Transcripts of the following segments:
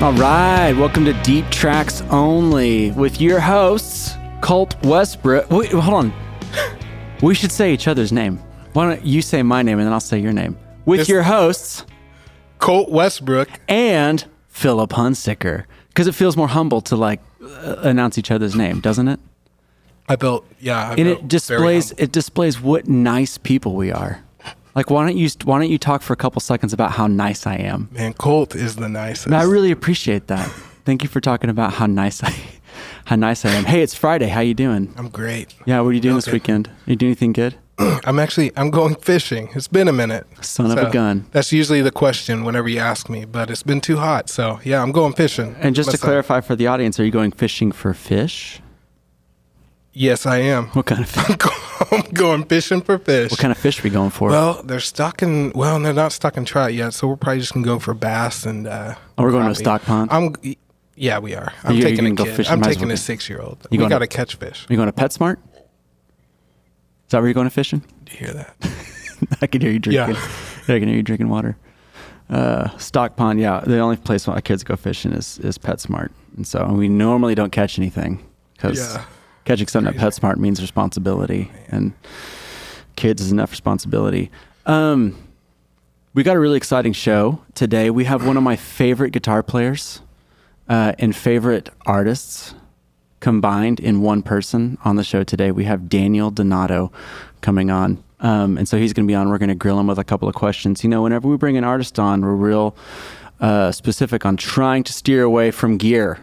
All right, welcome to Deep Tracks Only with your hosts, Colt Westbrook. Wait, hold on. We should say each other's name. Why don't you say my name and then I'll say your name? With This- your hosts Colt Westbrook. and Philip Hunsicker, because it feels more humble to like uh, announce each other's name, doesn't it? I built, yeah. I And built it displays it displays what nice people we are. Like, why don't you why don't you talk for a couple seconds about how nice I am? Man, Colt is the nicest. I really appreciate that. Thank you for talking about how nice I how nice I am. Hey, it's Friday. How you doing? I'm great. Yeah, what are you doing this Okay. weekend? You do anything good? I'm actually, I'm going fishing. It's been a minute. Son of a gun. That's usually the question whenever you ask me, but it's been too hot. So yeah, I'm going fishing. And just to Myself. clarify for the audience, are you going fishing for fish? Yes, I am. What kind of fish? I'm going fishing for fish. what kind of fish are we going for? well, they're stocking. Well, they're not stocking trout yet, so we're probably just gonna go for bass and. uh Oh, we're going to a crappie. stock pond? I'm. Yeah, we are. I'm You- you taking can a go kid. fishing, I'm might as taking well a go. six-year-old. You We going to- gotta catch fish. are you going to PetSmart? Is that where you're going to fishing? Do you hear that? I can hear you Yeah. drinking. Yeah. I can hear you drinking water. Uh, stock pond, yeah. The only place my kids go fishing is is PetSmart, and so we normally don't catch anything because Yeah. catching something at Crazy. PetSmart means responsibility, and kids is enough responsibility. Um, we got a really exciting show today. We have one of my favorite guitar players uh, and favorite artists combined in one person on the show today. We have Daniel Donato coming on. Um, and so he's going to be on. We're going to grill him with a couple of questions. You know, whenever we bring an artist on, we're real uh, specific on trying to steer away from gear,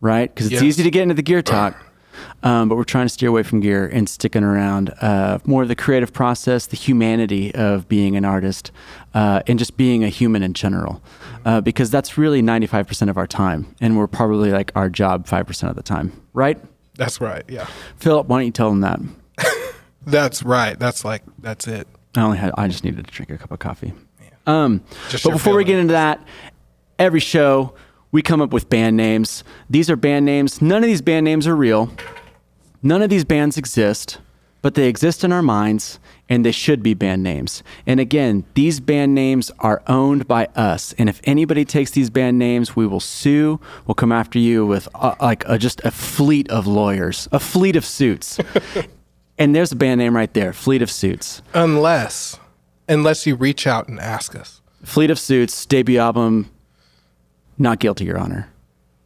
right? Because it's Yes. easy to get into the gear talk. Um, but we're trying to steer away from gear and sticking around uh, more of the creative process, the humanity of being an artist, uh, and just being a human in general, uh, because that's really 95% of our time. And we're probably like our job 5% of the time, right? That's right. Yeah. Philip, why don't you tell them that? That's right. That's like that's it. I only had, I just needed to drink a cup of coffee. Um, Just but your before we get feelings. into that, every show we come up with band names. These are band names. None of these band names are real. None of these bands exist, but they exist in our minds and they should be band names. And again, these band names are owned by us. And if anybody takes these band names, we will sue. We'll come after you with uh, like uh, just a fleet of lawyers, a fleet of suits. and there's a band name right there, Fleet of Suits. Unless unless you reach out and ask us. Fleet of Suits debut album. Not guilty, Your Honor.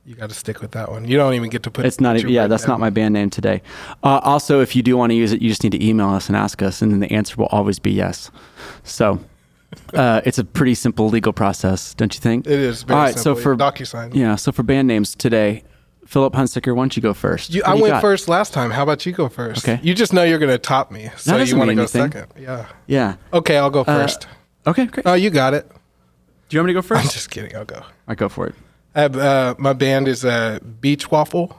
You got to stick with that one. You don't even get to put It's not. e- your Yeah, right that's down. not my band name today. Uh, also, if you do want to use it, you just need to email us and ask us, and then the answer will always be yes. So, uh, it's a pretty simple legal process, don't you think? It is very All right. So simple. for DocuSign. yeah, so for band names today, Philip Hunsicker, why don't you go first? You, What I do you went got? first last time. How about you go first? Okay. You just know you're going to top me, so doesn't you want mean to go anything. Uh, second. Yeah. Yeah. Okay, I'll go first. Okay. Great. oh, you got it. do you want me to go I'm first? just kidding. I'll go. I go for it. I have, uh, my band is uh, Beach Waffle,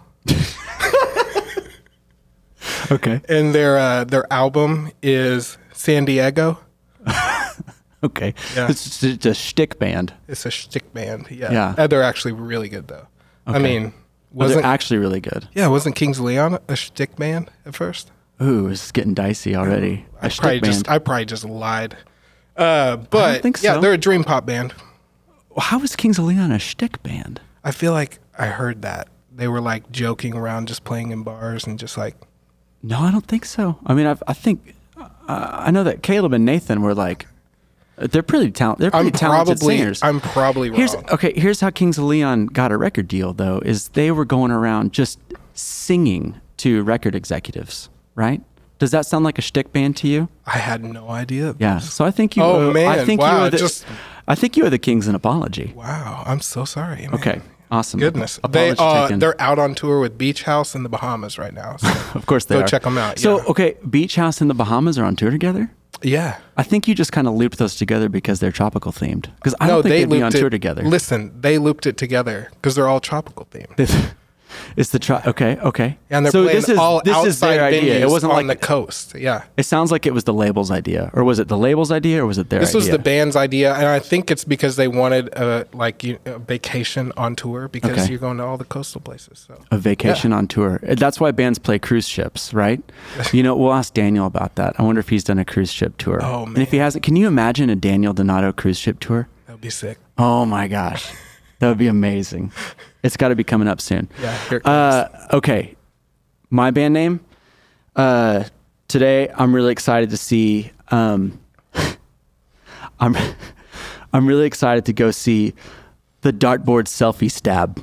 Okay. and their uh, their album is San Diego. Okay. Yeah. It's just a, it's a shtick band. It's a shtick band. Yeah. Yeah. Uh, they're actually really good though. I Oh, mean, wasn't They're actually really good. Yeah, wasn't Kings Leon a shtick band at first? Ooh, this is getting dicey already. A I probably shtick band. just I probably just lied. Uh, but think yeah, so. they're a dream pop band. How is Kings of Leon a shtick band? I feel like I heard that they were like joking around, just playing in bars and just like No, I don't think so. I mean, I've, I think uh, I know that Caleb and Nathan were like, they're pretty talented. They're pretty I'm talented probably singers. I'm probably wrong. here's okay. Here's how Kings of Leon got a record deal, though, is they were going around just singing to record executives, right? Does that sound like a shtick band to you? I had no idea. Yeah. So I think you. Oh, owe- I man. think you Wow, owe the, just- I think you are the Kings an apology. Wow, I'm so sorry. man. Okay. Awesome. Goodness, Apology they uh, taken. they're out on tour with Beach House in the Bahamas right now. So Of course they go are. check them out. So yeah. okay, Beach House and the Bahamas are on tour together. yeah. I think you just kind of looped those together because they're tropical themed. Because I don't think they'd be on it, tour together. Listen, they looped it together because they're all tropical themed. it's the tro- okay, okay. And they're so playing this is all this outside is their idea. It venues wasn't on like the coast. Yeah. it sounds like it was the label's idea, or was it the label's idea, or was it their? This was idea? the band's idea, and I think it's because they wanted a like you, a vacation on tour because Okay. you're going to all the coastal places. So a vacation on tour. That's why bands play cruise ships, right? you know, we'll ask Daniel about that. I wonder if he's done a cruise ship tour. Oh, And if he hasn't, can you imagine a Daniel Donato cruise ship tour? that'd be sick. Oh my gosh. That would be amazing. It's got to be coming up soon. Yeah, here it comes. Uh, okay. My band name. Uh, today, I'm really excited to see. Um, I'm, I'm really excited to go see the dartboard selfie stab.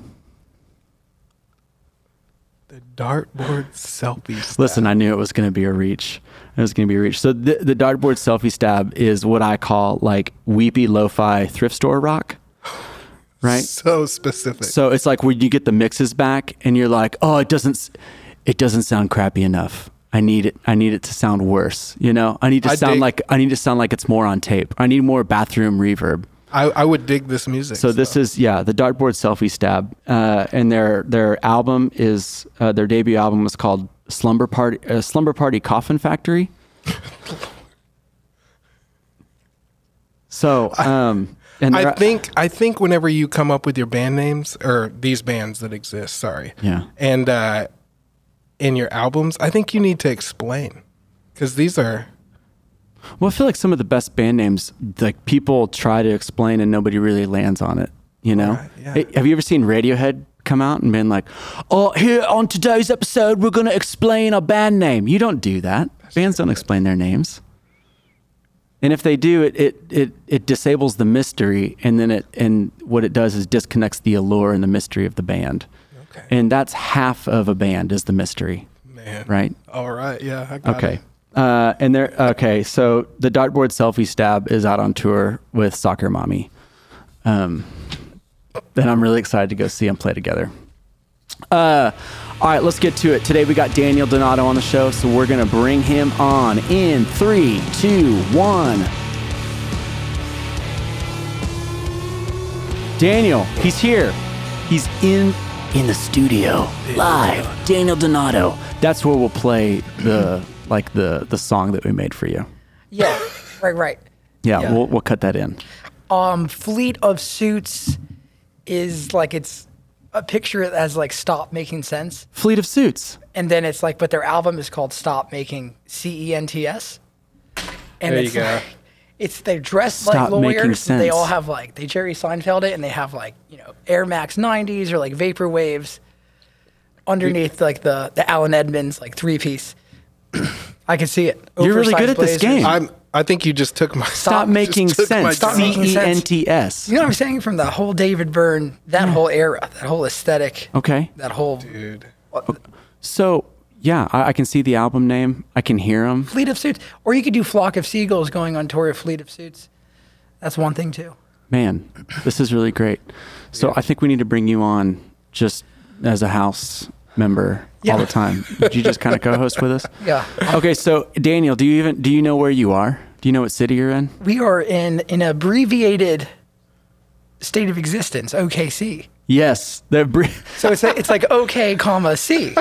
the dartboard selfie. stab. Listen, I knew it was going to be a reach. It was going to be a reach. So the, the dartboard selfie stab is what I call like weepy lo-fi thrift store rock, right? so specific. So it's like when you get the mixes back and you're like, oh, it doesn't, s- it doesn't sound crappy enough. I need it. I need it to sound worse. You know, I need to I sound dig- like I need to sound like it's more on tape. I need more bathroom reverb. I, I would dig this music. So this is yeah, the dartboard selfie stab, uh, and their their album is uh, their debut album was called Slumber Party uh, Slumber Party Coffin Factory. so um, and I they're- think I think whenever you come up with your band names or these bands that exist, sorry, Yeah. and uh, in your albums, I think you need to explain because these are Well, I feel like some of the best band names, like people try to explain and nobody really lands on it. You know? yeah. Hey, have you ever seen Radiohead come out and been like, "Oh, here on today's episode, we're going to explain our band name." You don't do that. Bands don't explain their names. And if they do, it, it it it disables the mystery, and then it and what it does is disconnects the allure and the mystery of the band. Okay. And that's half of a band is the mystery, man, right? All right, yeah, I got Okay. it. Uh, and there, okay. So the dartboard selfie stab is out on tour with Soccer Mommy. Um, and I'm really excited to go see them play together. Uh, all right, let's get to it. Today we got Daniel Donato on the show, so we're gonna bring him on in three, two, one. Daniel, he's here. He's in in the studio live. Daniel Donato. That's where we'll play the like the the song that we made for you. Yeah, right, right. Yeah, Yeah. We'll, we'll cut that in. Um, Fleet of Suits is like it's a picture it as like stop making sense, Fleet of Suits. and then it's like, but their album is called Stop Making C E N T S. And There you it's go. like, it's they're dressed Stop like Making lawyers. They all Sense. have like they Jerry Seinfeld it, and they have like you know Air Max 90s or like Vapor Waves underneath like the the Alan Edmonds like three piece. I can see it. You're really good Oversized at this blazers. game. I'm. I think you just took my Stop Stop making just took my sense. Stop job. making C E N sense. T S. You know what I'm saying? From the whole David Byrne, that whole era, that whole aesthetic, Okay. that whole uh, dude. So yeah, I, I can see the album name. I can hear them. fleet of suits. Or you could do flock of seagulls going on tour of fleet of suits. That's one thing too. Man, this is really great. So I think we need to bring you on just as a house member all Yeah. the time. Would you just kind of co-host with us? Yeah. Okay. So Daniel, do you even do you know where you are? Do you know what city you're in? We are in an abbreviated state of existence, OKC. Yes. The br- So it's like, it's like OK, comma C.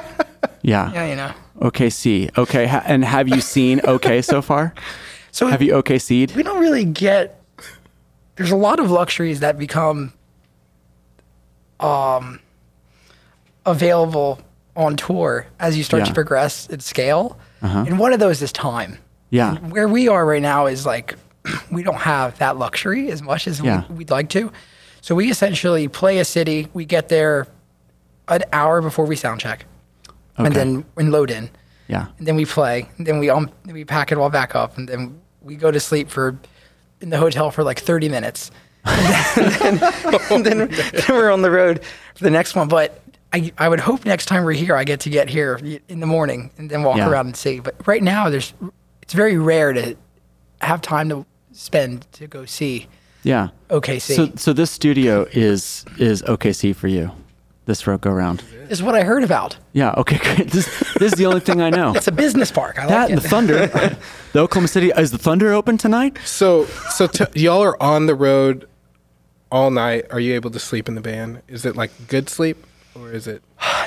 Yeah, you know. Okay. See. Okay. Ha- and have you seen okay so far? So Have you okay seed? we don't really get. There's a lot of luxuries that become um, available on tour as you start Yeah. Uh-huh. to progress in scale. And one of those is time. Yeah. where we are right now is like we don't have that luxury as much as Yeah. we, we'd like to. So we essentially play a city. We get there an hour before we sound check, Okay. and then and load in, Yeah. and then we play. And then we um, we pack it all back up, and then we go to sleep for in the hotel for like thirty minutes, and then, and then, then we're on the road for the next one. But I, I would hope next time we're here, I get to get here in the morning and then walk Yeah. around and see. But right now, there's it's very rare to have time to spend to go see Yeah. OKC. So so this studio is is OKC for you. This road go round. is what I heard about. Yeah. Okay. Great. This this is the only thing I know. It's a business park. I That like and it. the Thunder. the Oklahoma City is the Thunder open tonight? So, so t- y'all are on the road all night. Are you able to sleep in the van? Is it like good sleep, or is it?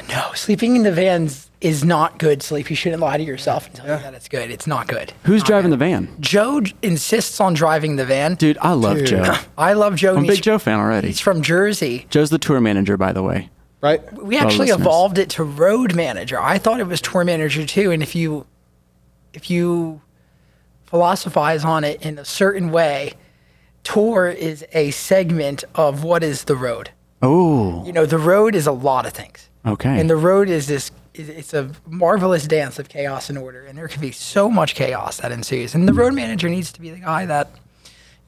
no, sleeping in the vans is not good sleep. You shouldn't lie to yourself and tell you that it's good. It's not good. Who's driving the van? Joe j- insists on driving the van. Dude, I love Dude. Joe. I love Joe. I'm a he's- big Joe fan already. He's from Jersey. Joe's the tour manager, by the way. Right? We Well, actually listeners. evolved it to road manager. I thought it was tour manager too. And if you, if you philosophize on it in a certain way, tour is a segment of what is the road. Oh, You know, the road is a lot of things. okay. And the road is this is- it's a marvelous dance of chaos and order and there can be so much chaos that ensues. And the road manager needs to be the guy that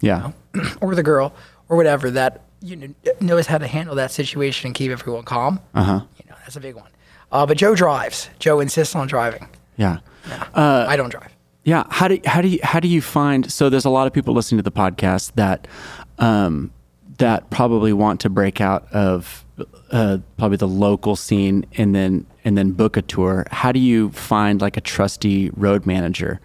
yeah. or the girl or whatever that you know knows how to handle that situation and keep everyone calm. Uh-huh. You know, that's a big one. Uh, but Joe drives. Joe insists on driving. Yeah. I don't drive. Yeah. How do how do you how do you find? So there's a lot of people listening to the podcast that, um, that probably want to break out of, uh, probably the local scene and then and then book a tour. How do you find like a trusty road manager?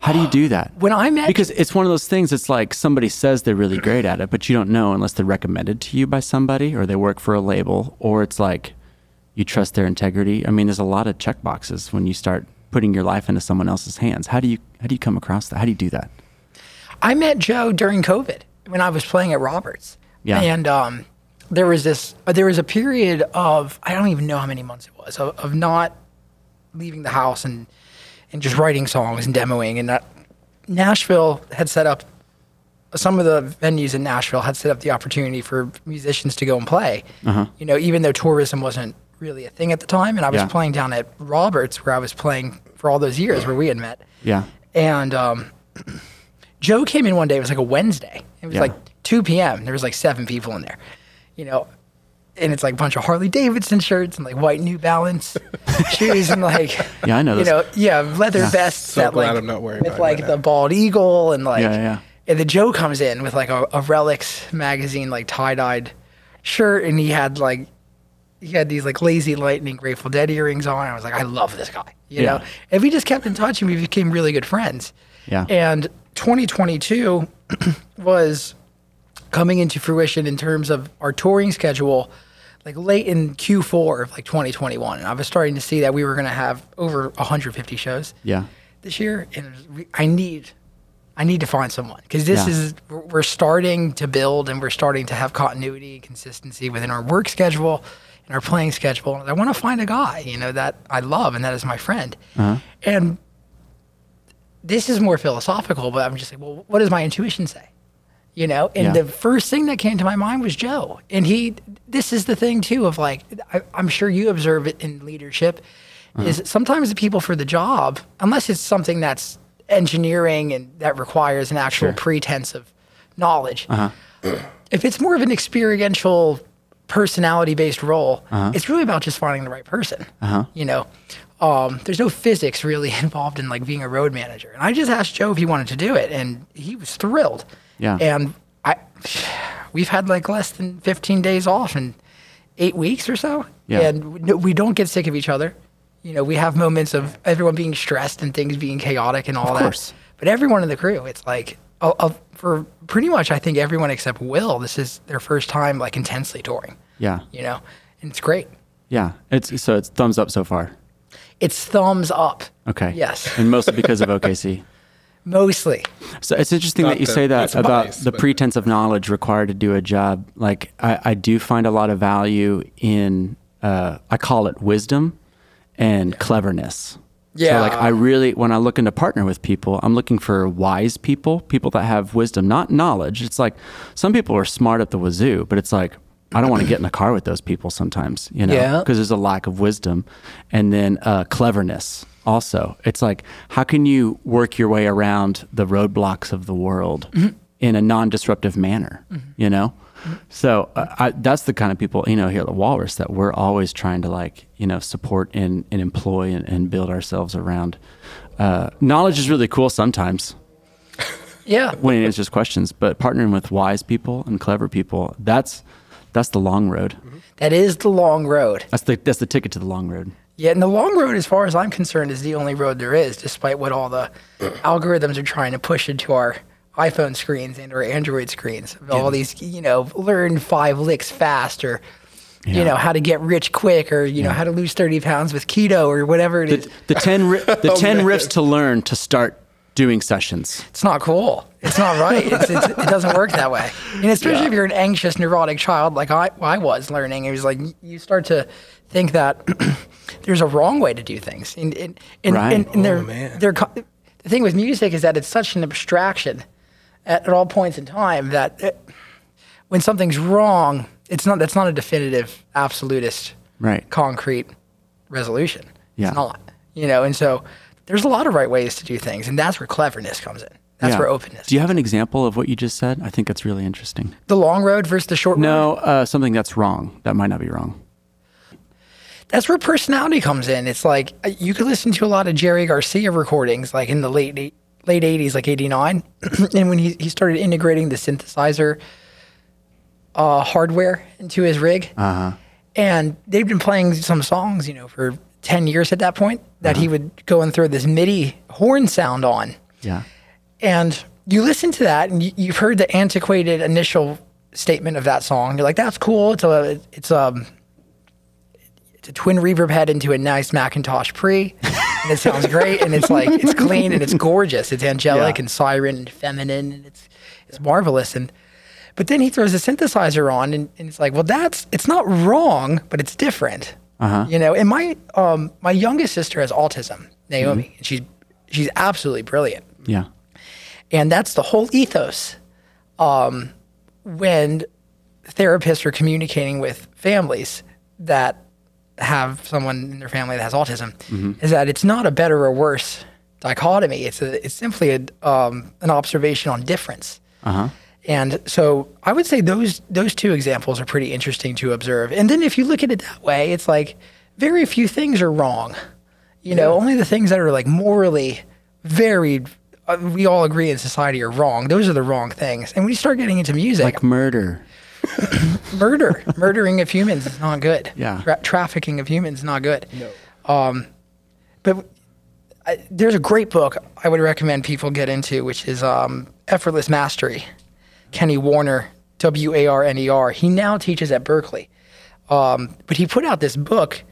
How do you do that? When I met because it's one of those things. It's like somebody says they're really great at it, but you don't know unless they're recommended to you by somebody or they work for a label or it's like you trust their integrity. I mean, there's a lot of check boxes when you start putting your life into someone else's hands. How do you how do you come across that? How do you do that? I met Joe during COVID when I was playing at Roberts. Yeah. And um, there was this, uh, there was a period of, I don't even know how many months it was, of, of not leaving the house and, and just writing songs and demoing. And that, Nashville had set up, some of the venues in Nashville had set up the opportunity for musicians to go and play, Uh-huh. you know, even though tourism wasn't really a thing at the time. And I was Yeah. playing down at Roberts where I was playing for all those years where we had met. Yeah. And um, Joe came in one day. It was like a Wednesday. It was Yeah. like 2 p.m. There was like seven people in there, you know. And it's like a bunch of Harley Davidson shirts and like white New Balance shoes and like Yeah, I know you those. know yeah leather vests So that glad like I'm not wearing with mine like right the now. bald eagle and like Yeah, yeah. and then Joe comes in with like a, a Relics magazine like tie dyed shirt and he had like he had these like lazy lightning Grateful Dead earrings on. I was like, I love this guy. You Yeah. know? And we just kept in touch and we became really good friends. Yeah. And 2022 was coming into fruition in terms of our touring schedule, like late in Q4 of like 2021. And I was starting to see that we were going to have over 150 shows Yeah. this year, and it was re- I need, I need to find someone because this Yeah. is we're we're starting to build and we're starting to have continuity and consistency within our work schedule and our playing schedule. And I want to find a guy, you know, that I love and that is my friend. And this is more philosophical, but I'm just like, well, what does my intuition say? You know, and Yeah. the first thing that came to my mind was Joe. And he, this is the thing too of like, I, I'm sure you observe it in leadership, is sometimes the people for the job, unless it's something that's engineering and that requires an actual pretense of knowledge, if it's more of an experiential personality based role, Uh-huh. it's really about just finding the right person. You know, um, there's no physics really involved in like being a road manager. And I just asked Joe if he wanted to do it, and he was thrilled. Yeah. And I, we've had like less than 15 days off in eight weeks or so. Yeah. And no, we don't get sick of each other. You know, we have moments of everyone being stressed and things being chaotic and all that. course. But everyone in the crew, it's like uh, uh, for pretty much I think everyone except Will, this is their first time like intensely touring. Yeah. You know, and it's great. Yeah. It's so it's thumbs up so far. It's thumbs up. Okay. Yes. And mostly because of OKC. Mostly. So it's interesting Not that you that say that it's about biased, the but- pretense of knowledge required to do a job. Like I, I do find a lot of value in uh, I call it wisdom and cleverness. So Yeah. like I really when I look into partner with people, I'm looking for wise people, people that have wisdom, not knowledge. It's like some people are smart at the wazoo, but it's like I don't want to get in the car with those people sometimes, you know, Yeah. because there's a lack of wisdom, and then uh, cleverness. Also, it's like how can you work your way around the roadblocks of the world in a non-disruptive manner, you know? So uh, I, that's the kind of people you know here at the Walrus that we're always trying to like you know support and, and employ and, and build ourselves around. Uh, knowledge is really cool sometimes Yeah. when it answers questions, but partnering with wise people and clever people that's that's the long road. That is the long road. That's the that's the ticket to the long road. Yeah, and the long road, as far as I'm concerned, is the only road there is, despite what all the algorithms are trying to push into our iPhone screens and our Android screens. All these, you know, learn five licks fast or, you know, how to get rich quick or, you know, how to lose 30 pounds with keto or whatever it is. The, the ten ri- the ten riffs to learn to start doing sessions. It's not cool. It's not right. It's, it's, it doesn't work that way. And especially if you're an anxious, neurotic child like I, I was learning, it was like you start to think that there's a wrong way to do things. And, and, and, Right. and, and they're, man. they're co- the thing with music is that it's such an abstraction at, at all points in time that it, when something's wrong, it's not that's not a definitive absolutist Right. concrete resolution. Yeah. It's not. You know, and so there's a lot of right ways to do things, and that's where cleverness comes in. That's Yeah. where openness. Do you have an example of what you just said? I think that's really interesting. the long road versus the short road. No, uh, something that's wrong. That might not be wrong. That's where personality comes in. It's like uh, you could listen to a lot of Jerry Garcia recordings, like in the late eight- late 80s, like 89, and when he, he started integrating the synthesizer uh, hardware into his rig. Uh-huh. And they'd been playing some songs, you know, for 10 years at that point that Uh-huh. he would go and throw this MIDI horn sound on. Yeah. And you listen to that, and you, you've heard the antiquated initial statement of that song. You're like, "That's cool. It's a it's a it's a twin reverb head into a nice Macintosh pre, and it sounds great. And it's like it's clean and it's gorgeous. It's angelic Yeah. and siren and feminine, and it's it's marvelous. And but then he throws a synthesizer on, and, and it's like, well, that's it's not wrong, but it's different. You know, and my um, my youngest sister has autism, Naomi, and she's she's absolutely brilliant Yeah. and that's the whole ethos um, when therapists are communicating with families that have someone in their family that has autism is that it's not a better or worse dichotomy it's a, it's simply a, um, an observation on difference and so I would say those those two examples are pretty interesting to observe. And then if you look at it that way, it's like very few things are wrong. You know, only the things that are like morally very uh, we all agree in society are wrong. Those are the wrong things. And when you start getting into music, Like murder. murder, murdering of humans is not good. Yeah. Tra- trafficking of humans is not good. No. Um, but I, there's a great book I would recommend people get into, which is um, Effortless Mastery. Kenny Warner, W A R N E R. He now teaches at Berkeley. Um, but he put out this book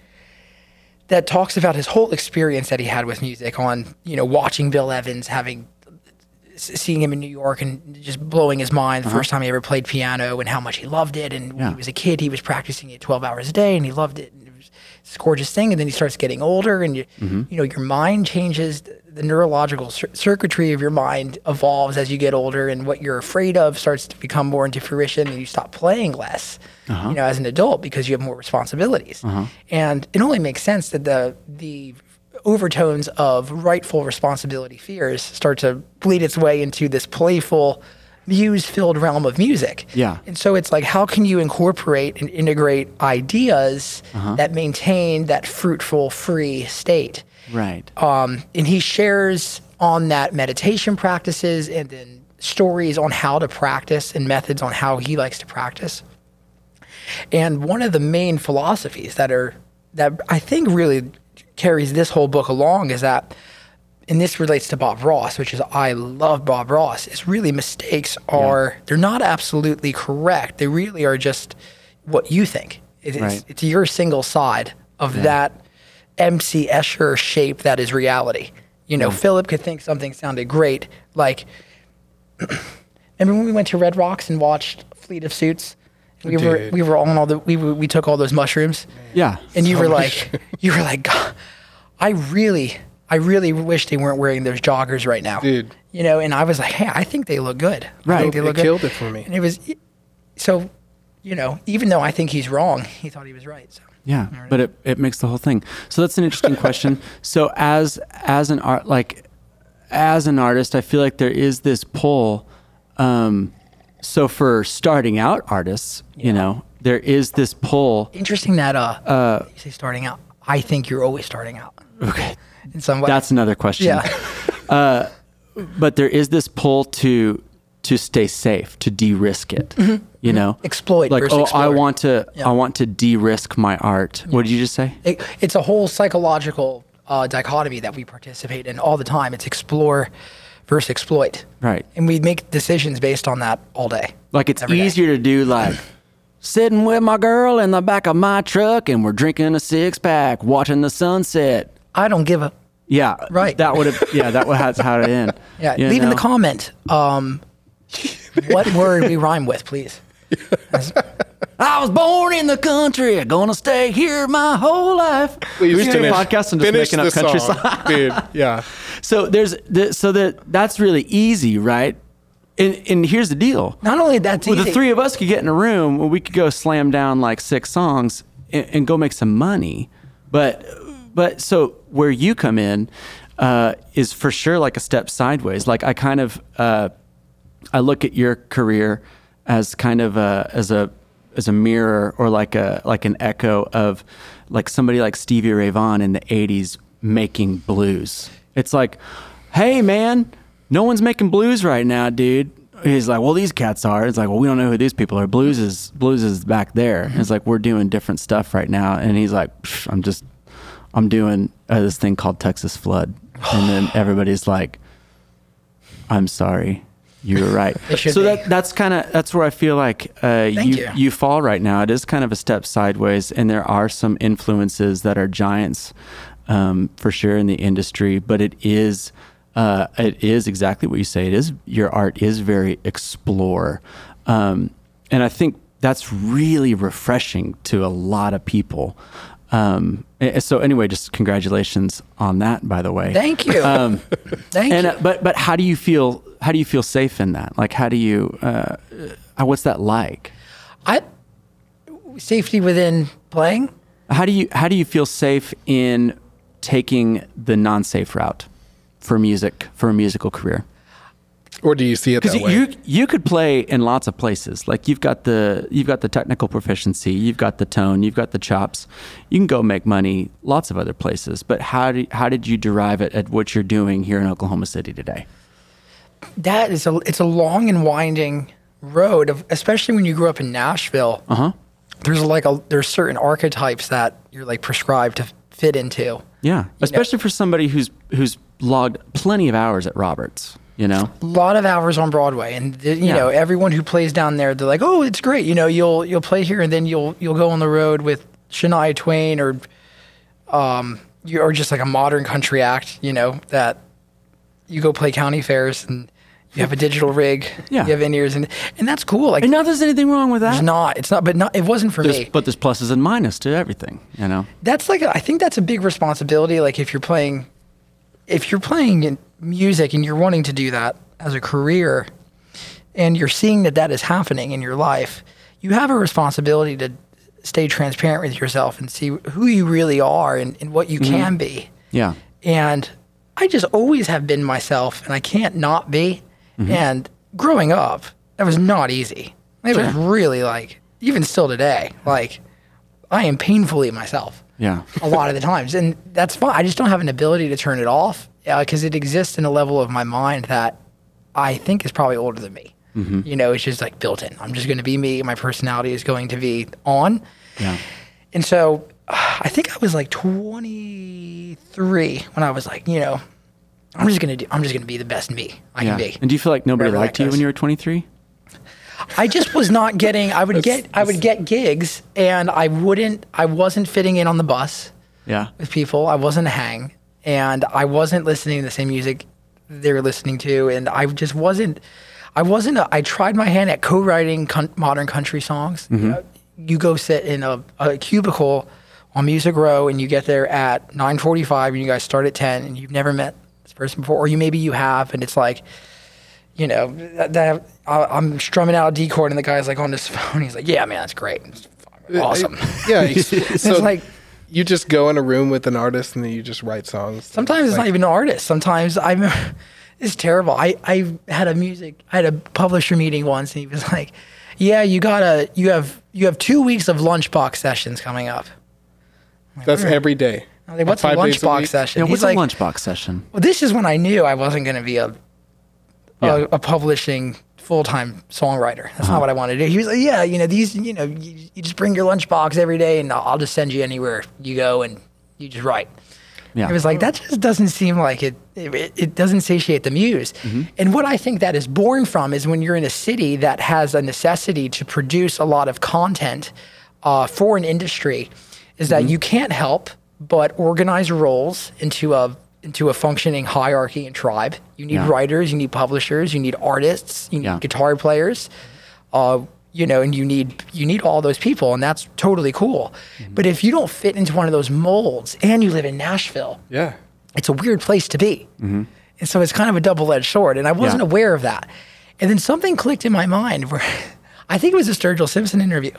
that talks about his whole experience that he had with music on, you know, watching Bill Evans, having s- seeing him in New York and just blowing his mind the first time he ever played piano and how much he loved it. And when Yeah. he was a kid, he was practicing it 12 hours a day and he loved it. And it was this gorgeous thing. And then he starts getting older and, you, you know, your mind changes. The- The neurological cir- circuitry of your mind evolves as you get older and what you're afraid of starts to become more into fruition and you stop playing less, you know, as an adult because you have more responsibilities. And it only makes sense that the, the overtones of rightful responsibility fears start to bleed its way into this playful, muse filled realm of music. Yeah. And so it's like, how can you incorporate and integrate ideas that maintain that fruitful, free state? Right. Um, and he shares on that meditation practices and then stories on how to practice and methods on how he likes to practice. And one of the main philosophies that are that I think really carries this whole book along is that, and this relates to Bob Ross, which is I love Bob Ross. Is really mistakes are they're not absolutely correct. They really are just what you think. It- It's, Right. it's your single side of that MC Escher shape that is reality. You know, Philip could think something sounded great, like Remember when we went to Red Rocks and watched Fleet of Suits? We were Dude. we were all on all the we were- we took all those mushrooms, yeah. and you were like you were like, God, I really I really wish they weren't wearing those joggers right now, Dude. You know, and I was like, hey, I think they look good. I Right. think they It look good. killed it for me. And it was e, so, you know, even though I think he's wrong, he thought he was right. So Yeah, but it, it makes the whole thing. So that's an interesting question. So as as an art like as an artist, I feel like there is this pull. Um, so for starting out artists, you know, there is this pull. interesting that uh, you say starting out. I think you're always starting out. Okay. In some way. That's another question. yeah. But there is this pull to to stay safe, to de-risk it. You know, Mm-hmm. Exploit Like, versus oh, I explore. want to, Yeah. I want to de-risk my art. What did you just say? It, it's a whole psychological uh, dichotomy that we participate in all the time. It's explore versus exploit. Right. And we make decisions based on that all day. Like it's Every day. easier to do like sitting with my girl in the back of my truck and we're drinking a six pack, watching the sunset. I don't give a. Yeah, Right. That would have yeah, that would that's how it end. Yeah. You leave in the know? comment um, what word we rhyme with, please. I was born in the country, gonna stay here my whole life. Please we should do a finish- podcast and just finish making up the country song, songs. dude. Yeah, So there's the, so that that's really easy, right? and and here's the deal. Not only that, Well, the three of us could get in a room where we could go slam down like six songs and, and go make some money. But but so where you come in uh, is for sure like a step sideways. Like I kind of uh, I look at your career as kind of a as a as a mirror or like a like an echo of like somebody like Stevie Ray Vaughan in the '80s making blues. It's like, hey man, no one's making blues right now, dude. He's like, well, these cats are. It's like, well, we don't know who these people are. Blues is blues is back there. It's like we're doing different stuff right now, and he's like, "Psh, I'm just, I'm doing uh, this thing called Texas Flood, and then everybody's like, I'm sorry. You were right. should so be. that that's kind of that's where I feel like uh, you, you. you fall right now. It is kind of a step sideways, and there are some influences that are giants um, for sure in the industry. But it is uh, it is exactly what you say. It is your art is very explore, um, and I think that's really refreshing to a lot of people. Um, a- so anyway, just congratulations on that. By the way, Thank you. Thank and you. uh, but but how do you feel how do you feel safe in that like how do you uh, uh, what's that like I safety within playing. how do you how do you feel safe in taking the non-safe route for music for a musical career Or do you see it that because you, way? you you could play in lots of places like you've got the you've got the technical proficiency you've got the tone you've got the chops you can go make money lots of other places but how do, how did you derive it at what you're doing here in Oklahoma City today That is a it's a long and winding road, of, especially when you grew up in Nashville. Uh-huh. Uh huh. There's like a there's certain archetypes that you're like prescribed to fit into. Yeah, especially for somebody who's who's logged plenty of hours at Roberts. You know, lot of hours on Broadway, and the, you Yeah. know everyone who plays down there, they're like, "Oh, it's great." You know, you'll you'll play here, and then you'll you'll go on the road with Shania Twain or, um, you or just like a modern country act. You know that you go play county fairs and you have a digital rig, Yeah. you have in ears, and and that's cool. Like, and not that there's anything wrong with it's that. not, it's not, but not, it wasn't for There's, me. but there's pluses and minuses to everything. You know, that's like a, I think that's a big responsibility. Like if you're playing, if you're playing in music and you're wanting to do that as a career, and you're seeing that that is happening in your life, you have a responsibility to stay transparent with yourself and see who you really are and, and what you can be. yeah, And I just always have been myself, and I can't not be. Mm-hmm. And growing up, that was not easy. It was really like, even still today, like I am painfully myself yeah, a lot of the times, and that's fine. I just don't have an ability to turn it off because it exists in a level of my mind that I think is probably older than me. Mm-hmm. You know, it's just like built in. I'm just going to be me. My personality is going to be on. yeah. And so uh, I think I was like 23 when I was like, you know, I'm just gonna do. I'm just gonna be the best me I yeah. can be. And do you feel like nobody Wherever that liked you goes. when you were 23? I just was not getting. I would get. I would get gigs, and I wouldn't. I wasn't fitting in on the bus. Yeah, with people. I wasn't a hang, and I wasn't listening to the same music they were listening to, and I just wasn't. I wasn't. A, I tried my hand at co-writing con- modern country songs. Mm-hmm. Uh, You go sit in a, a cubicle on Music Row, and you get there at 9:45, and you guys start at 10, and you've never met this person before, or you maybe you have, and it's like you know, that, that I, I'm strumming out a D chord, and the guy's like on his phone. He's like, "Yeah, man, that's great, It's fucking awesome." Uh, yeah. ex- so like- you just go in a room with an artist and then you just write songs. Sometimes it's not even an artist. Sometimes I'm. It's terrible. I, I had a music. I had a publisher meeting once, and he was like, "Yeah, you gotta. You have you have two weeks of lunchbox sessions coming up." That's every day. I'm like, what's a Five days lunchbox week. session? yeah. He's What's like, a lunchbox session? Well, this is when I knew I wasn't going to be a, Yeah. a a publishing full time songwriter. That's not what I want to do. He was like, "Yeah, you know these. You know, you, you just bring your lunchbox every day, and I'll, I'll just send you anywhere you go, and you just write." Yeah. It was like that just doesn't seem like it. It, it doesn't satiate the muse. Mm-hmm. And what I think that is born from is when you're in a city that has a necessity to produce a lot of content uh, for an industry, Mm-hmm. is that you can't help but organize roles into a into a functioning hierarchy and tribe. You need Yeah. writers, you need publishers, you need artists, you need Yeah. guitar players. Uh, you know, and you need you need all those people, and that's totally cool. Mm-hmm. But if you don't fit into one of those molds, and you live in Nashville, Yeah. it's a weird place to be. And so it's kind of a double edged sword. And I wasn't Mm-hmm. Yeah. aware of that. And then something clicked in my mind where I think it was a Sturgill Simpson interview.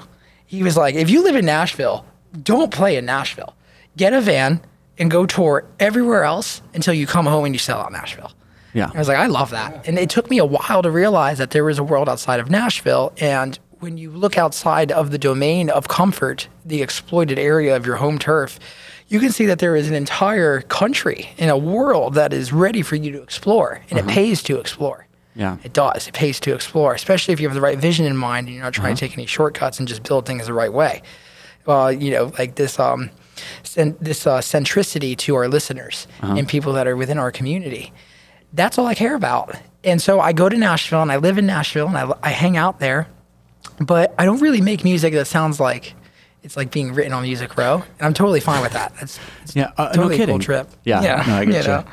He was like, if you live in Nashville, don't play in Nashville. Get a van and go tour everywhere else until you come home and you sell out Nashville. Yeah. I was like, I love that. And it took me a while to realize that there is a world outside of Nashville. And when you look outside of the domain of comfort, the exploited area of your home turf, you can see that there is an entire country and a world that is ready for you to explore. And it pays to explore. Yeah. It does. It pays to explore, especially if you have the right vision in mind and you're not trying to take any shortcuts and just build things the right way. Uh, you know, like this um, cen- this uh, centricity to our listeners and people that are within our community. That's all I care about. And so I go to Nashville and I live in Nashville and I, I hang out there, but I don't really make music that sounds like it's like being written on Music Row. And I'm totally fine with that. That's, it's Yeah, uh, no totally a kidding. cool trip. Yeah, no, I get you.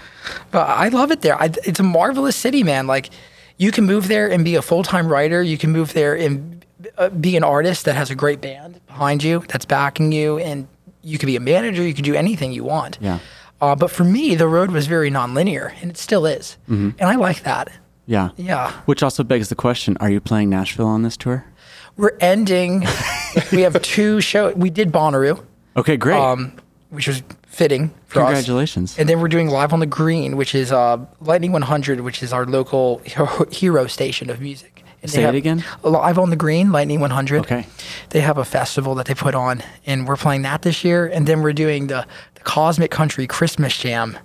But I love it there. I, it's a marvelous city, man. Like you can move there and be a full time writer. You can move there and uh, be an artist that has a great band behind you that's backing you, and you could be a manager. You could do anything you want. Yeah. Uh, but for me, the road was very nonlinear, and it still is, Mm-hmm. and I like that. Yeah. Yeah. Which also begs the question: Are you playing Nashville on this tour? We're ending. we have two shows. We did Bonnaroo, Okay, great. um, which was fitting for us. Congratulations. And then we're doing Live on the Green, which is uh, Lightning 100, which is our local hero, hero station of music. And they Say it have- again? Live on the Green, Lightning 100. Okay. They have a festival that they put on, and we're playing that this year. And then we're doing the, the Cosmic Country Christmas Jam.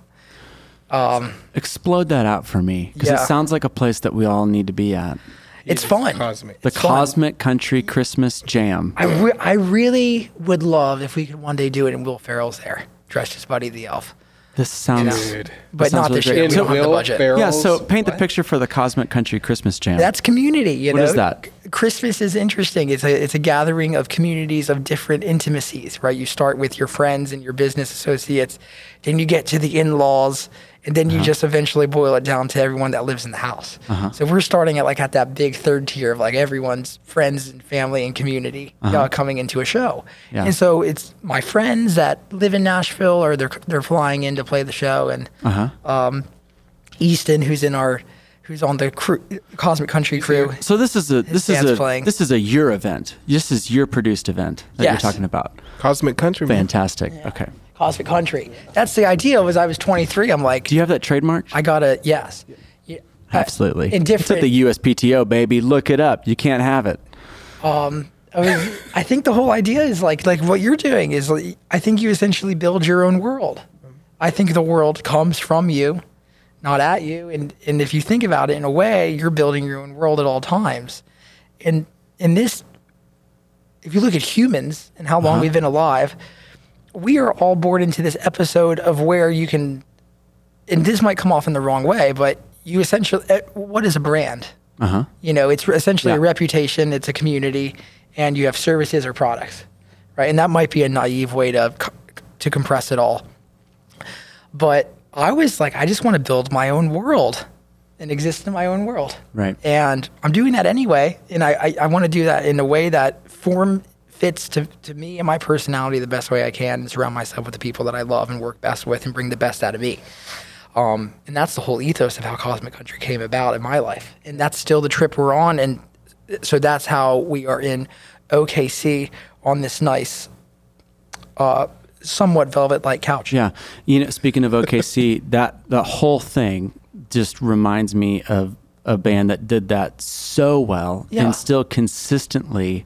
Explode that out for me because Yeah. it sounds like a place that we all need to be at. It's fun. cosmic. The It's fun. Cosmic Country Christmas Jam. I, re- I really would love if we could one day do it, and Will Ferrell's there, dressed as Buddy the Elf. This sounds. Dude. But sounds not this really year. great. We So don't have the Will budget. Ferrell- Yeah, so Girls- paint the picture for the Cosmic Country Christmas Jam. That's community. You What know? is that? Christmas is interesting. It's a it's a gathering of communities of different intimacies, right? You start with your friends and your business associates, then you get to the in-laws, and then Uh-huh. you just eventually boil it down to everyone that lives in the house. So we're starting at like at that big third tier of like everyone's friends and family and community uh, coming into a show. Uh-huh. Yeah. And so it's my friends that live in Nashville or they're they're flying in to play the show and uh-huh. Easton, who's in our, who's on the crew, Cosmic Country crew. so this is a this is band's a playing. this is a your event. This is your produced event that Yes. you're talking about. Cosmic Country. man. Fantastic. Okay. Cosmic Country. That's the idea. Was I was 23. I'm like, Do you have that trademark? I got to yes, Yeah, I- Absolutely. In It's at different, the USPTO, baby. Look it up. You can't have it. I, was, I think the whole idea is like like what you're doing is like, I think you essentially build your own world. I think the world comes from you, not at you. And and if you think about it in a way, you're building your own world at all times. And in this, if you look at humans and how long we've been alive, we are all born into this episode of where you can. And this might come off in the wrong way, but you essentially, eh, what is a brand? Uh huh. You know, it's essentially a Yeah. reputation, it's a community, and you have services or products, right? And that might be a naive way to c- to compress it all. But I was like, I just want to build my own world and exist in my own world. Right. And I'm doing that anyway. And I, I, I want to do that in a way that form fits to, to me and my personality the best way I can and surround myself with the people that I love and work best with and bring the best out of me. Um, and that's the whole ethos of how Cosmic Country came about in my life. And that's still the trip we're on. And so that's how we are in OKC on this nice, uh, somewhat velvet like couch. Yeah. You know, speaking of OKC, that the whole thing just reminds me of a band that did that so well Yeah. and still consistently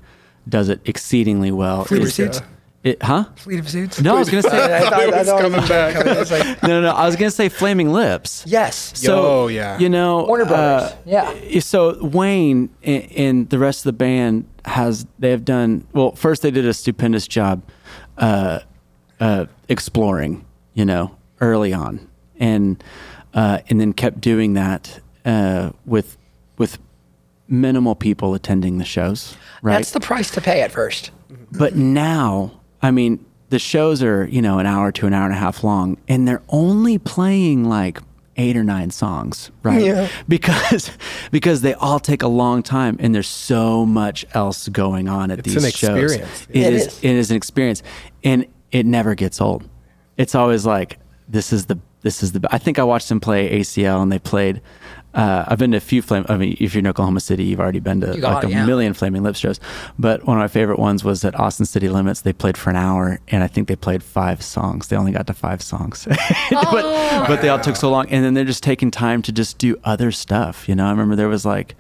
does it exceedingly well. Fleetwood Is- Suits? It, huh? Fleet of Suits. No, I was gonna say I thought- I It's thought- coming back. I was like, no, no, no. I was gonna say Flaming Lips. yes. So Yo, yeah. you know Warner Brothers, uh, yeah. y- So Wayne and, and the rest of the band has they have done well. First, they did a stupendous job uh, uh, exploring, you know, early on, and uh, and then kept doing that uh, with with minimal people attending the shows. Right. That's the price to pay at first. But now, I mean, the shows are, you know, an hour to an hour and a half long, and they're only playing like eight or nine songs, right? Yeah. Because because they all take a long time and there's so much else going on at It's these an shows. experience. It It is, is. it is an experience. And it never gets old. It's always like this is the this is the I think I watched them play ACL and they played Uh, I've been to a few flame. I mean, if you're in Oklahoma City, you've already been to You got like it, a yeah. million Flaming Lips shows. But one of my favorite ones was at Austin City Limits. They played for an hour, and I think they played five songs. They only got to five songs, Oh. but but they all took so long. And then they're just taking time to just do other stuff. You know, I remember there was like.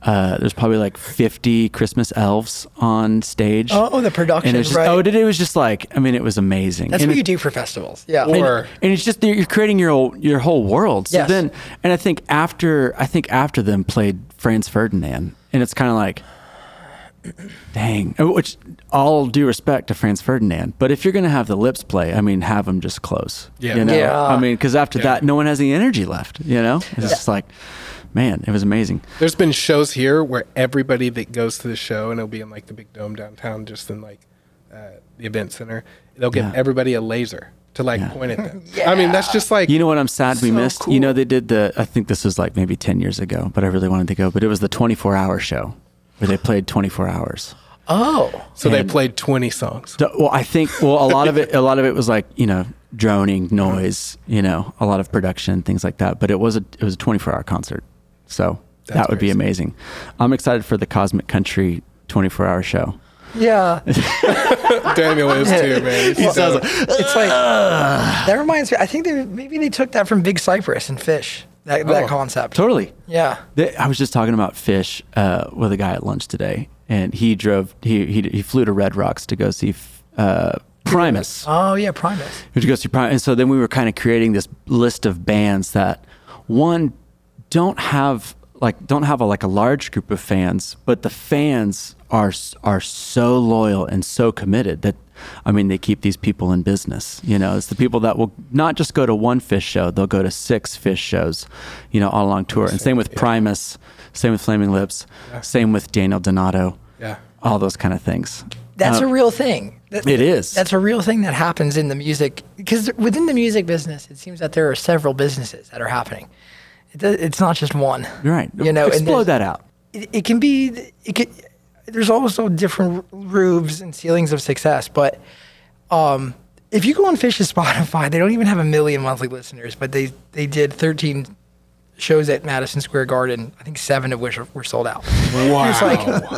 Uh, there's probably like 50 Christmas elves on stage. Oh, the production, And it was just, right. oh, it it was just like, I mean, it was amazing. That's And what it- you do for festivals. Yeah. Or- and, and it's just that you're creating your whole, your whole world. So Yes. then, and I think after I think after them played Franz Ferdinand, and it's kind of like, dang. oh, Which all due respect to Franz Ferdinand, but if you're gonna have the lips play, I mean, have them just close. Yeah. You know? Yeah. I mean, because after Yeah. that, no one has any energy left. You know, it's just like, man, it was amazing. There's been shows here where everybody that goes to the show, and it'll be in like the big dome downtown, just in like uh, the event center, they'll give Yeah. everybody a laser to like Yeah. point at them. I mean, that's just like You know what I'm sad we So missed? cool. You know, they did the, I think this was like maybe 10 years ago, but I really wanted to go, but it was the 24 hour show where they played 24 hours. Oh. so they and- played 20 songs. So- well, I think, well, a lot of it, a lot of it was like, you know, droning noise, you know, a lot of production, things like that. But it was a, it was a 24 hour concert. So That's that would be crazy. amazing. I'm excited for the Cosmic Country 24 hour show. Yeah. Daniel is too, man. He's so- It's like that reminds me. I think they maybe they took that from Big Cypress and Fish. That, Oh. that concept. Totally. Yeah. They- I was just talking about fish uh, with a guy at lunch today, and he drove. He he, he flew to Red Rocks to go see f- uh, Primus. Oh yeah, Primus. To go see Primus, and so then we were kind of creating this list of bands that one don't have like don't have a, like a large group of fans, but the fans are s- are so loyal and so committed that. I mean, they keep these people in business. You know, it's the people that will not just go to one fish show; they'll go to six fish shows, you know, all along tour. And same with Primus, same with Flaming Lips, same with Daniel Donato. Yeah. all those kind of things. Uh, That's a real thing. That- It is. That's a real thing that happens in the music because within the music business, it seems that there are several businesses that are happening. It, do- it's not just one. You're right. You know, and explode there's- that out. it, it can be it can, there's also different r- roofs and ceilings of success but um if you go on fish's spotify they don't even have a million monthly listeners but they they did 13 shows at madison square garden i think seven of which were- were sold out Wow.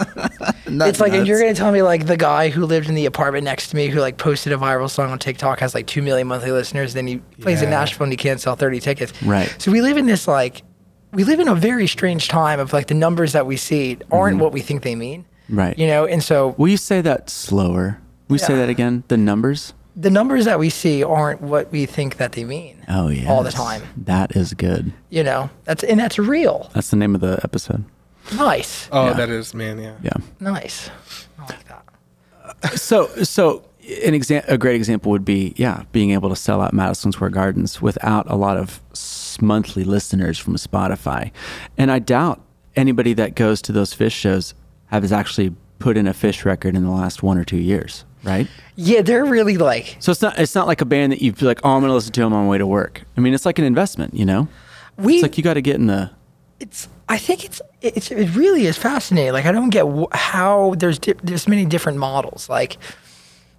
it's like and you're gonna tell me like the guy who lived in the apartment next to me who like posted a viral song on tiktok has like 2 million monthly listeners then he plays in Yeah. nashville and he can't sell 30 tickets Right. so we live in this like we live in a very strange time of like the numbers that we see aren't what we think they mean Mm-hmm. Right. you know and so Will you say that slower? Will you say Yeah. that again? The numbers? the numbers that we see aren't what we think that they mean Oh yeah. all the time That is good. you know that's and that's real That's the name of the episode. nice Oh, Yeah. that is, man. Yeah. Yeah. nice I like that So so an exa- a great example would be yeah, being able to sell out Madison Square Gardens without a lot of s- monthly listeners from Spotify. And I doubt anybody that goes to those fish shows has actually put in a fish record in the last one or two years, right? yeah they're really like So it's not it's not like a band that you feel like, oh, I'm gonna listen to them on my way to work. I mean, it's like an investment, you know. we It's like you got to get in the it's I think it's it's it really is fascinating. Like I don't get wh- how there's di- there's many different models. Like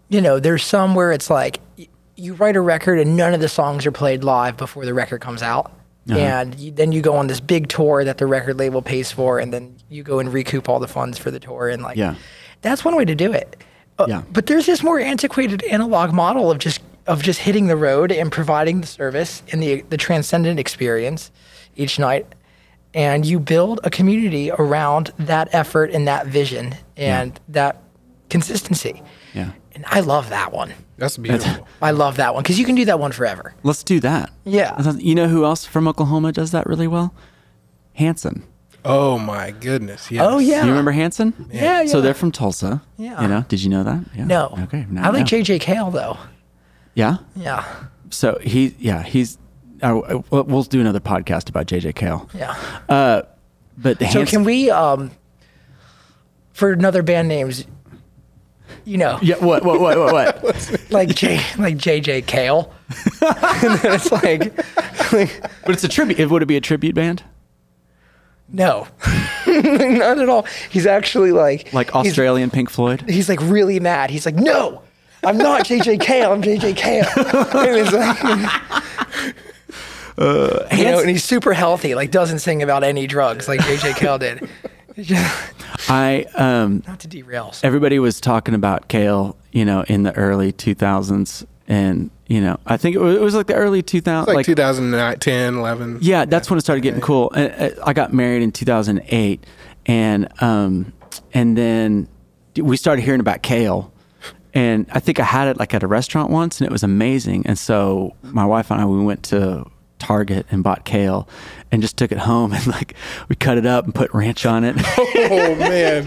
you know, there's some where it's like y- you write a record and none of the songs are played live before the record comes out. Uh-huh. And you, then you go on this big tour that the record label pays for, and then you go and recoup all the funds for the tour, and like, Yeah. that's one way to do it. Uh, Yeah. But there's this more antiquated analog model of just of just hitting the road and providing the service and the the transcendent experience each night, and you build a community around that effort and that vision and that consistency. yeah. And I love that one. That's beautiful. I love that one because you can do that one forever. Let's do that. Yeah. You know who else from Oklahoma does that really well? Hanson. oh, my goodness. Yes. Oh yeah. You remember Hanson? Yeah, So yeah. they're from Tulsa. Yeah. You know? Did you know that? Yeah. No. Okay. now I like know. JJ Cale though. Yeah. Yeah. So he. Yeah. He's. I, I- we'll we'll do another podcast about JJ Cale. Uh, Yeah. But So Hanson, can we um for another band names you know, Yeah. What? What? What? What? What? like J like JJ Cale. and then it's like, like but it's a tribute. It- Would it be a tribute band? no. Not at all. He's actually like Like he's- Australian Pink Floyd? he's like really mad. He's like, no, I'm not JJ Cale. I'm JJ Cale. and it's like, Uh, You know, Hans- and he's super healthy, like doesn't sing about any drugs like JJ Cale did. It's just- I um, Not to derail. everybody was talking about kale, you know, in the early 2000s, and you know, I think it was, it was like the early 2000s, like, like 2009, 10, 11. yeah, that's when it started getting cool. And, uh, I got married in 2008, and um, and then we started hearing about kale. And I think I had it like at a restaurant once, and it was amazing. And so my wife and I we went to Target and bought kale, and just took it home and like we cut it up and put ranch on it. Oh man,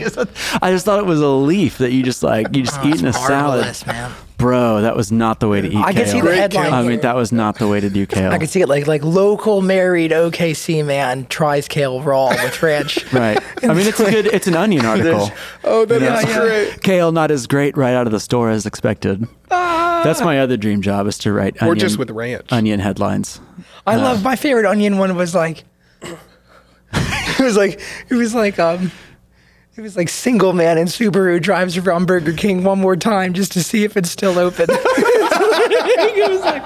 I just thought it was a leaf that you just like you just eat in a salad, Oh, marvelous, man. bro. That was not the way to eat. I kale. can see the Great headline. kale. I mean, here. that was not the way to do kale. I could see it like like local married OKC man tries kale raw with ranch. Right. I mean, it's a good. It's an onion article. oh that is Yeah, yeah. great. Kale not as great right out of the store as expected. Ah. That's my other dream job is to write onion, Or just with ranch. onion headlines. I love my favorite onion one was like it was like it was like um it was like single man in Subaru drives around Burger King one more time just to see if it's still open. it was like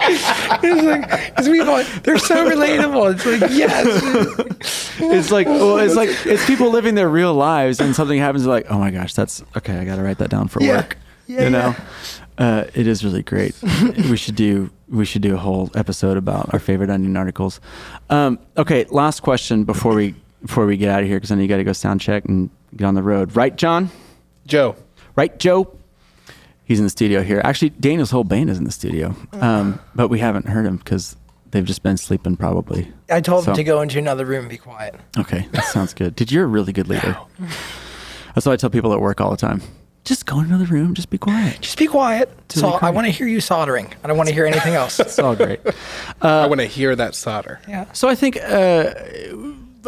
it was like 'cause we thought they're so relatable. It's like yes, It's like well, it's like it's people living their real lives and something happens. They're like, oh my gosh, that's okay. I got to write that down for Yeah. work. Yeah, you know, uh, it is really great. we should do we should do a whole episode about our favorite onion articles. Um, okay, last question before we before we get out of here because I know you got to go sound check and get on the road. Right, John. Joe, right, Joe? He's in the studio here. Actually, Daniel's whole band is in the studio, Uh-huh. um, but we haven't heard him because they've just been sleeping, probably. I told him So- to go into another room and be quiet. Okay, that sounds good. Dude, you're a really good leader. That's what I tell people at work all the time. Just go in another room. Just be quiet. Just be quiet. To So the I want to hear you soldering. I don't want to hear anything else. It's all great. Uh, I want to hear that solder. Yeah. So I think uh,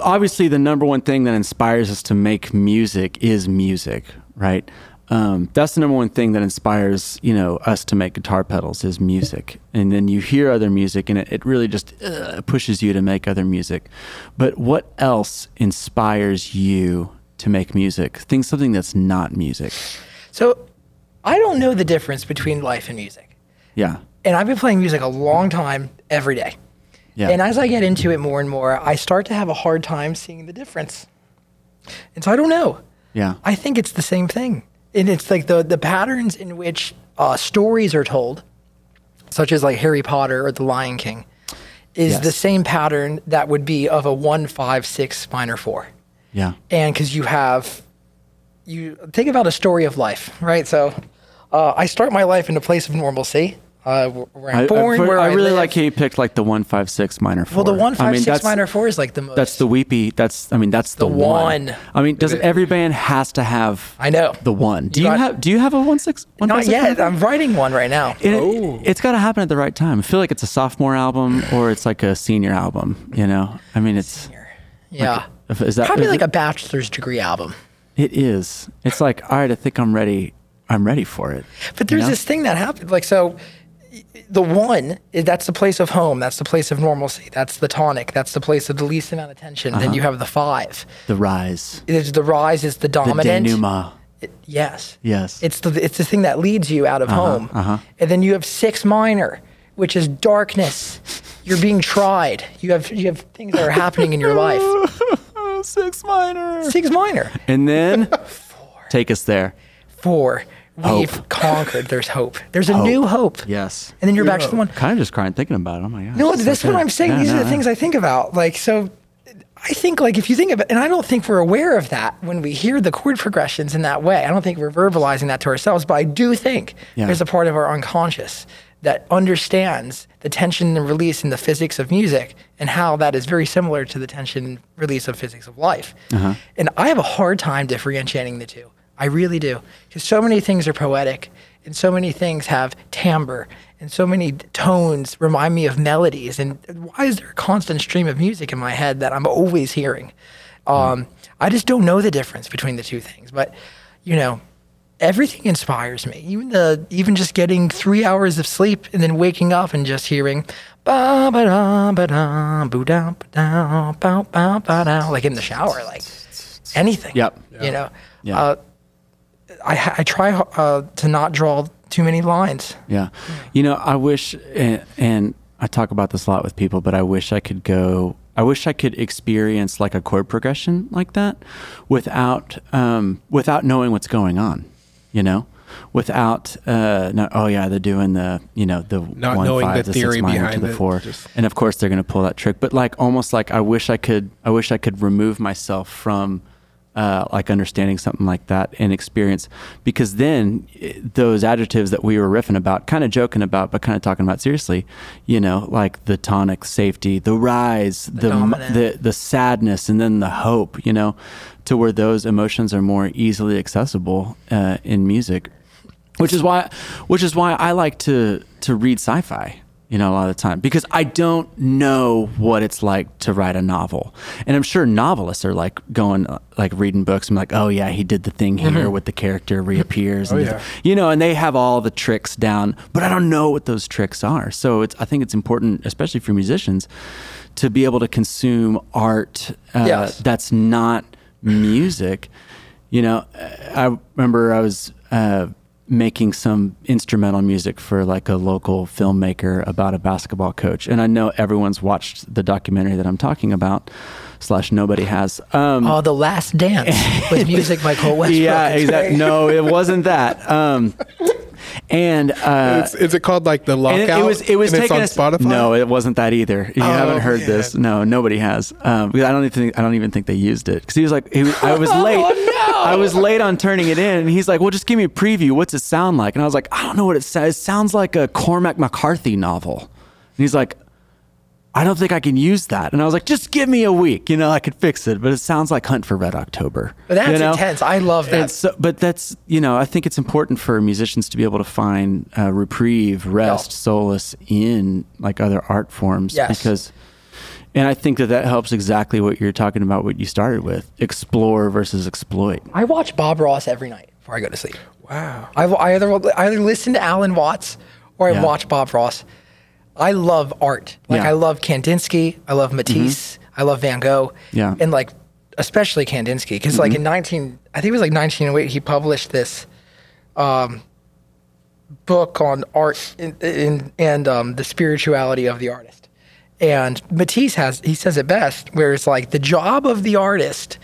obviously the number one thing that inspires us to make music is music, right? Um, that's the number one thing that inspires you know us to make guitar pedals is music, and then you hear other music, and it, it really just uh, pushes you to make other music. But what else inspires you to make music? Think something that's not music. So I don't know the difference between life and music. Yeah, And I've been playing music a long time every day. yeah. And as I get into it more and more, I start to have a hard time seeing the difference. And so I don't know. yeah, I think it's the same thing. And it's like the, the patterns in which uh, stories are told, such as like Harry Potter or The Lion King, is Yes. the same pattern that would be of a one, five, six minor four yeah, and because you have you think about a story of life right so uh, i start my life in a place of normalcy uh, wh- where i'm I, I- born for- where I i, really live. like how you picked like the one five six minor four. well the one I five mean, six that's- minor four is like the most That's the weepy. That's I mean that's the, one. one. I mean, doesn't every band has to have? I know. the one. Do you, You got- have? Do you have a one six? One not five six yet number? i'm Oh. writing one right now It, has got to happen at the right time. I feel like it's a sophomore album or it's like a senior album. You know, I mean, it's yeah if- is that probably is like it, a bachelor's degree album It is. It's like all right. I think I'm ready. I'm ready for it. But there's know? this thing that happened. Like, so y- the one, i- that's the place of home. That's the place of normalcy. That's the tonic. That's the place of the least amount of tension. Then you have the five. The rise. It's the rise, it's the Uh-huh. The dominant. denouement. It- yes. Yes. It's the, it's the thing that leads you out of home. uh-huh. And then you have six minor, which is darkness. You're being tried. You have, you have things that are happening in your life. six minor. Six minor. And then take us there. Four. We've Hope. conquered. There's hope. There's a new hope. Yes. And then you're back to the one. Kind of just crying thinking about it. Oh my god. No, It's that's like what a- I'm saying. Yeah, These no, are the things I think about. Like, so I think, like, if you think about, and I don't think we're aware of that when we hear the chord progressions in that way. I don't think we're verbalizing that to ourselves, but I do think Yeah. there's a part of our unconscious that understands the tension and release in the physics of music and how that is very similar to the tension and release of physics of life. And I have a hard time differentiating the two. I really do. Because so many things are poetic and so many things have timbre and so many tones remind me of melodies. And why is there a constant stream of music in my head that I'm always hearing? Um, I just don't know the difference between the two things. But, you know, everything inspires me. Even the even just getting three hours of sleep and then waking up and just hearing ba ba da ba da boo da ba da ba ba ba da like in the shower, like anything. Yep. You know, Yeah. uh, I ha- I try uh, to not draw too many lines. Yeah. You know, I wish, and, and I talk about this a lot with people, but I wish I could go. I wish I could experience like a chord progression like that, without um, without knowing what's going on, you know, without uh, no, oh yeah, they're doing the you know the Not one knowing five the the theory six minor behind to the it, four, just- and of course they're going to pull that trick. But like almost like I wish I could. I wish I could remove myself from uh, like understanding something like that and experience because then it, those adjectives that we were riffing about kind of joking about but kind of talking about seriously you know like the tonic safety the rise the m- dominant. the, the sadness and then the hope you know to where those emotions are more easily accessible uh, in music which is why which is why I like to to read sci-fi you know a lot of the time because I don't know what it's like to write a novel and I'm sure novelists are like going uh, like reading books and like oh yeah he did the thing here with the character reappears and Mm-hmm. Oh, did the- yeah. you know and they have all the tricks down but I don't know what those tricks are so it's I think it's important especially for musicians to be able to consume art uh, Yes. that's not music. You know, I remember I was uh, making some instrumental music for like a local filmmaker about a basketball coach, and I know everyone's watched the documentary that I'm talking about. Slash, nobody has. Um, Oh, the last dance with music by Cole Westbrook. yeah, That's exactly. right. No, it wasn't that. Um, and uh, It's, is it called like the and lockout? it, it was it was and taken it's on us- Spotify. Oh, No, it wasn't that either. You haven't heard this. No, nobody has. Um, because I don't even think I don't even think they used it because he was like he was- I was Oh, late. I was late on turning it in, and he's like, "Well, just give me a preview. What's it sound like?" And I was like, "I don't know what it sounds. It sounds like a Cormac McCarthy novel." And he's like. I don't think I can use that. And I was like, just give me a week. You know, I could fix it. But it sounds like Hunt for Red October. But that's you know? intense. I love that. And so, but that's you know, I think it's important for musicians to be able to find uh, reprieve, rest, Yeah. solace in like other art forms Yes. because. And I think that that helps exactly what you're talking about, what you started with explore versus exploit. I watch Bob Ross every night before I go to sleep. Wow. I, I either I either listen to Alan Watts or I Yeah. watch Bob Ross. I love art. Like Yeah. Mm-hmm. I love Kandinsky. I love Matisse. I love Van Gogh. Yeah. And like especially Kandinsky because like in 19 I think it was like 1908 he published this um, book on art in, in, and um, the spirituality of the artist. And Matisse has he says it best where it's like the job of the artist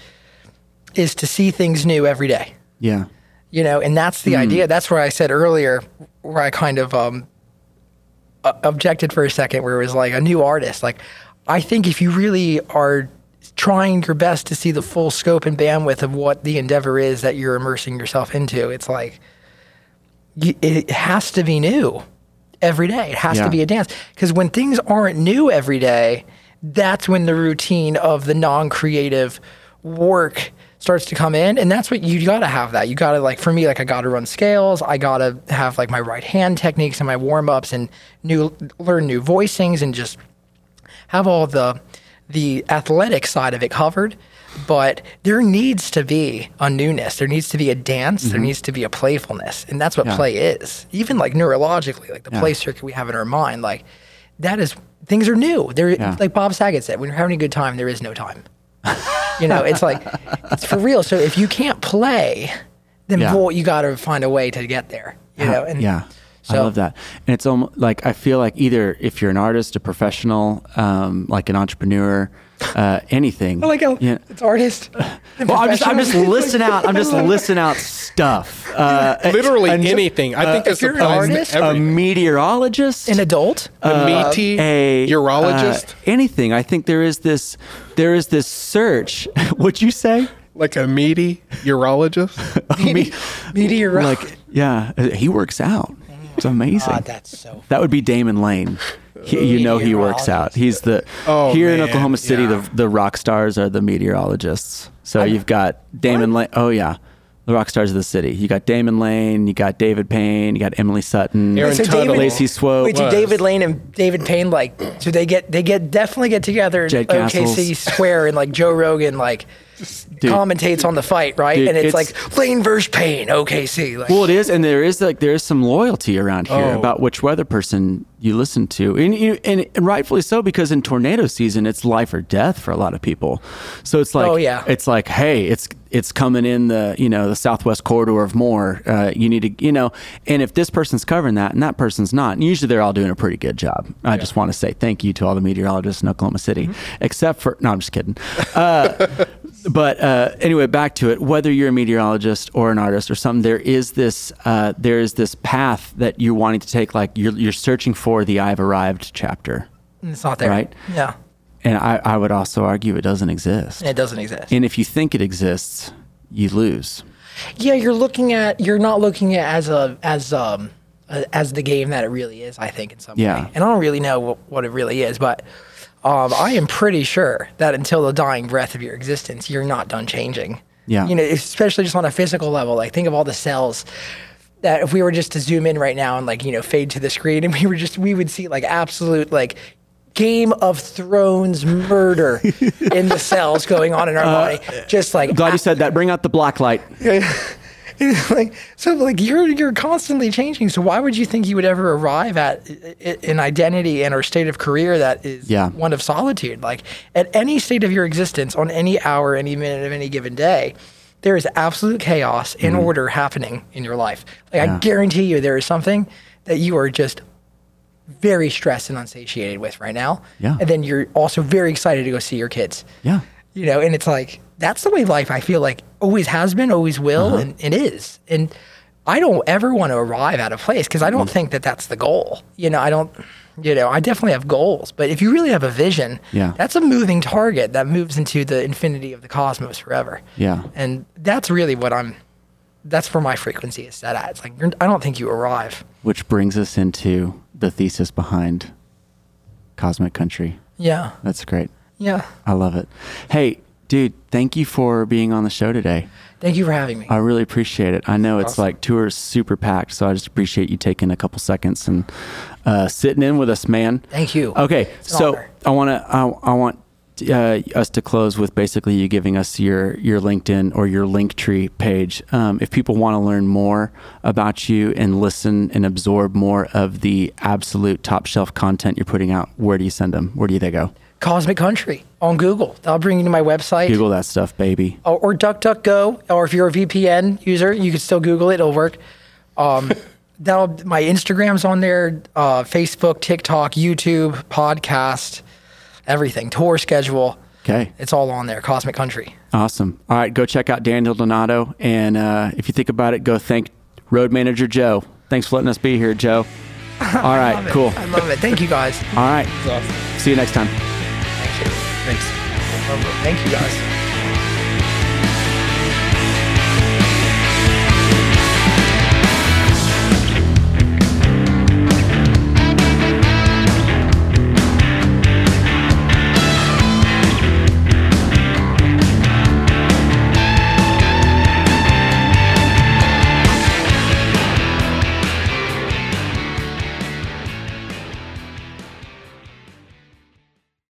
is to see things new every day Yeah. you know and that's the idea that's where i said earlier where i kind of um o- objected for a second where it was like a new artist like i think if you really are trying your best to see the full scope and bandwidth of what the endeavor is that you're immersing yourself into it's like you, it has to be new every day it has Yeah. to be a dance because when things aren't new every day that's when the routine of the non-creative work starts to come in and that's what you gotta have that you gotta like for me like i gotta run scales i gotta have like my right hand techniques and my warm-ups and new learn new voicings and just have all the the athletic side of it covered but there needs to be a newness there needs to be a dance there needs to be a playfulness and that's what Mm-hmm. Yeah. play is even like neurologically like the play circuit we have in our mind like that is things are new there Yeah. like bob saget said when you're having a good time there is no time you know it's like it's for real so if you can't play then Yeah. Uh-huh. boy, you got to find a way to get there you know and yeah. I so- love that. And it's almost like I feel like either if you're an artist, a professional, um, like an entrepreneur, uh, anything. I like how yeah. it's artist Well, I'm just, I'm just Professional. listing out. I'm just listing out stuff. Uh, Literally and- anything. I Uh, think this you're an applies artist, to a everything. meteorologist, Uh, an adult a meaty a urologist, uh, anything. I think there is this, there is this search. Would you say? like a meaty urologist. Me- meteor Ah, like, yeah, uh, he works out. It's amazing. God, that's so. that would be Damon Lane. He, you know he works out. He's the Oh, here in man, Oklahoma City. yeah. The the rock stars are the meteorologists. So you've got Damon Lane. Oh yeah, the rock stars of the city. You got Damon Lane. You got David Payne. You got Emily Sutton. Aaron So David- Tuttle. Lacey Swope. Wait, do was. David Lane and David Payne like? Do they get? They get definitely get together in Jed OKC Castles. Square and like Joe Rogan like commentates on the fight, right? Dude, and it's, it's- like Lane versus Payne, OKC. Like, Well, it is, and there is like there is some loyalty around here Oh. about which weather person you listen to, and, you, and and rightfully so because in tornado season it's life or death for a lot of people. So it's like, Oh, yeah. it's like, hey, it's it's coming in the you know the southwest corridor of more. Uh, you need to you know, and if this person's covering that and that person's not, and usually they're all doing a pretty good job. I just want to say thank you to all the meteorologists in Oklahoma City, Mm-hmm. except for no, I'm just kidding. Uh, but uh, anyway, back to it. Whether you're a meteorologist or an artist or something, there is this uh, there is this path that you're wanting to take. Like you're you're searching for the "I've arrived" chapter, And It's not there. Right. Yeah. and I, I would also argue it doesn't exist. It doesn't exist. And if you think it exists, you lose. yeah, you're looking at you're not looking at as a as um a, as the game that it really is. I think in some Yeah. way. And I don't really know what, what it really is, but um, I am pretty sure that until the dying breath of your existence, you're not done changing. Yeah. You know, especially just on a physical level. Like think of all the cells that if we were just to zoom in right now and like you know fade to the screen and we were just we would see like absolute like. Game of Thrones murder in the cells going on in our body, just like Glad you a- said that. Bring out the black light. it's like so like you're you're constantly changing so why would you think you would ever arrive at i- i- an identity and or state of career that is Yeah. one of solitude like at any state of your existence on any hour any minute of any given day there is absolute chaos and order happening in your life like Mm-hmm. Yeah. i guarantee you there is something that you are just very stressed and unsatiated with right now Yeah. and then you're also very excited to go see your kids Yeah. you know and it's like that's the way life i feel like always has been always will Uh-huh. and, and is and i don't ever want to arrive at a place because i Mm-hmm. don't think that that's the goal you know i don't you know i definitely have goals but if you really have a vision Yeah. that's a moving target that moves into the infinity of the cosmos forever Yeah. and that's really what i'm that's where my frequency is set at it's like you're, i don't think you arrive Which brings us into the thesis behind Cosmic Country. yeah That's great. yeah I love it. Hey, dude, thank you for being on the show today. thank you for having me I really appreciate it. I know it's like tour is super packed, so I just appreciate you taking a couple seconds and uh, sitting in with us, man. Thank you. Okay, It's an so honor. I want to I, I want uh, us to close with basically you giving us your your LinkedIn or your Linktree page. Um, if people want to learn more about you and listen and absorb more of the absolute top shelf content you're putting out, where do you send them? Where do they go? cosmic country on google that'll bring you to my website Google that stuff, baby. or, or DuckDuckGo, or if you're a VPN user, you can still Google it; it'll work. Um, that'll my Instagram's on there, uh, Facebook, TikTok, YouTube, podcast, everything, tour schedule. Okay. It's all on there. Cosmic Country. Awesome. All right, go check out Daniel Donato. And uh, if you think about it, go thank road manager Joe. Thanks for letting us be here, Joe. All right, Love it. cool. I love it. Thank you guys. All right, It's awesome. see you next time. Thank you. Thanks. Thank you guys.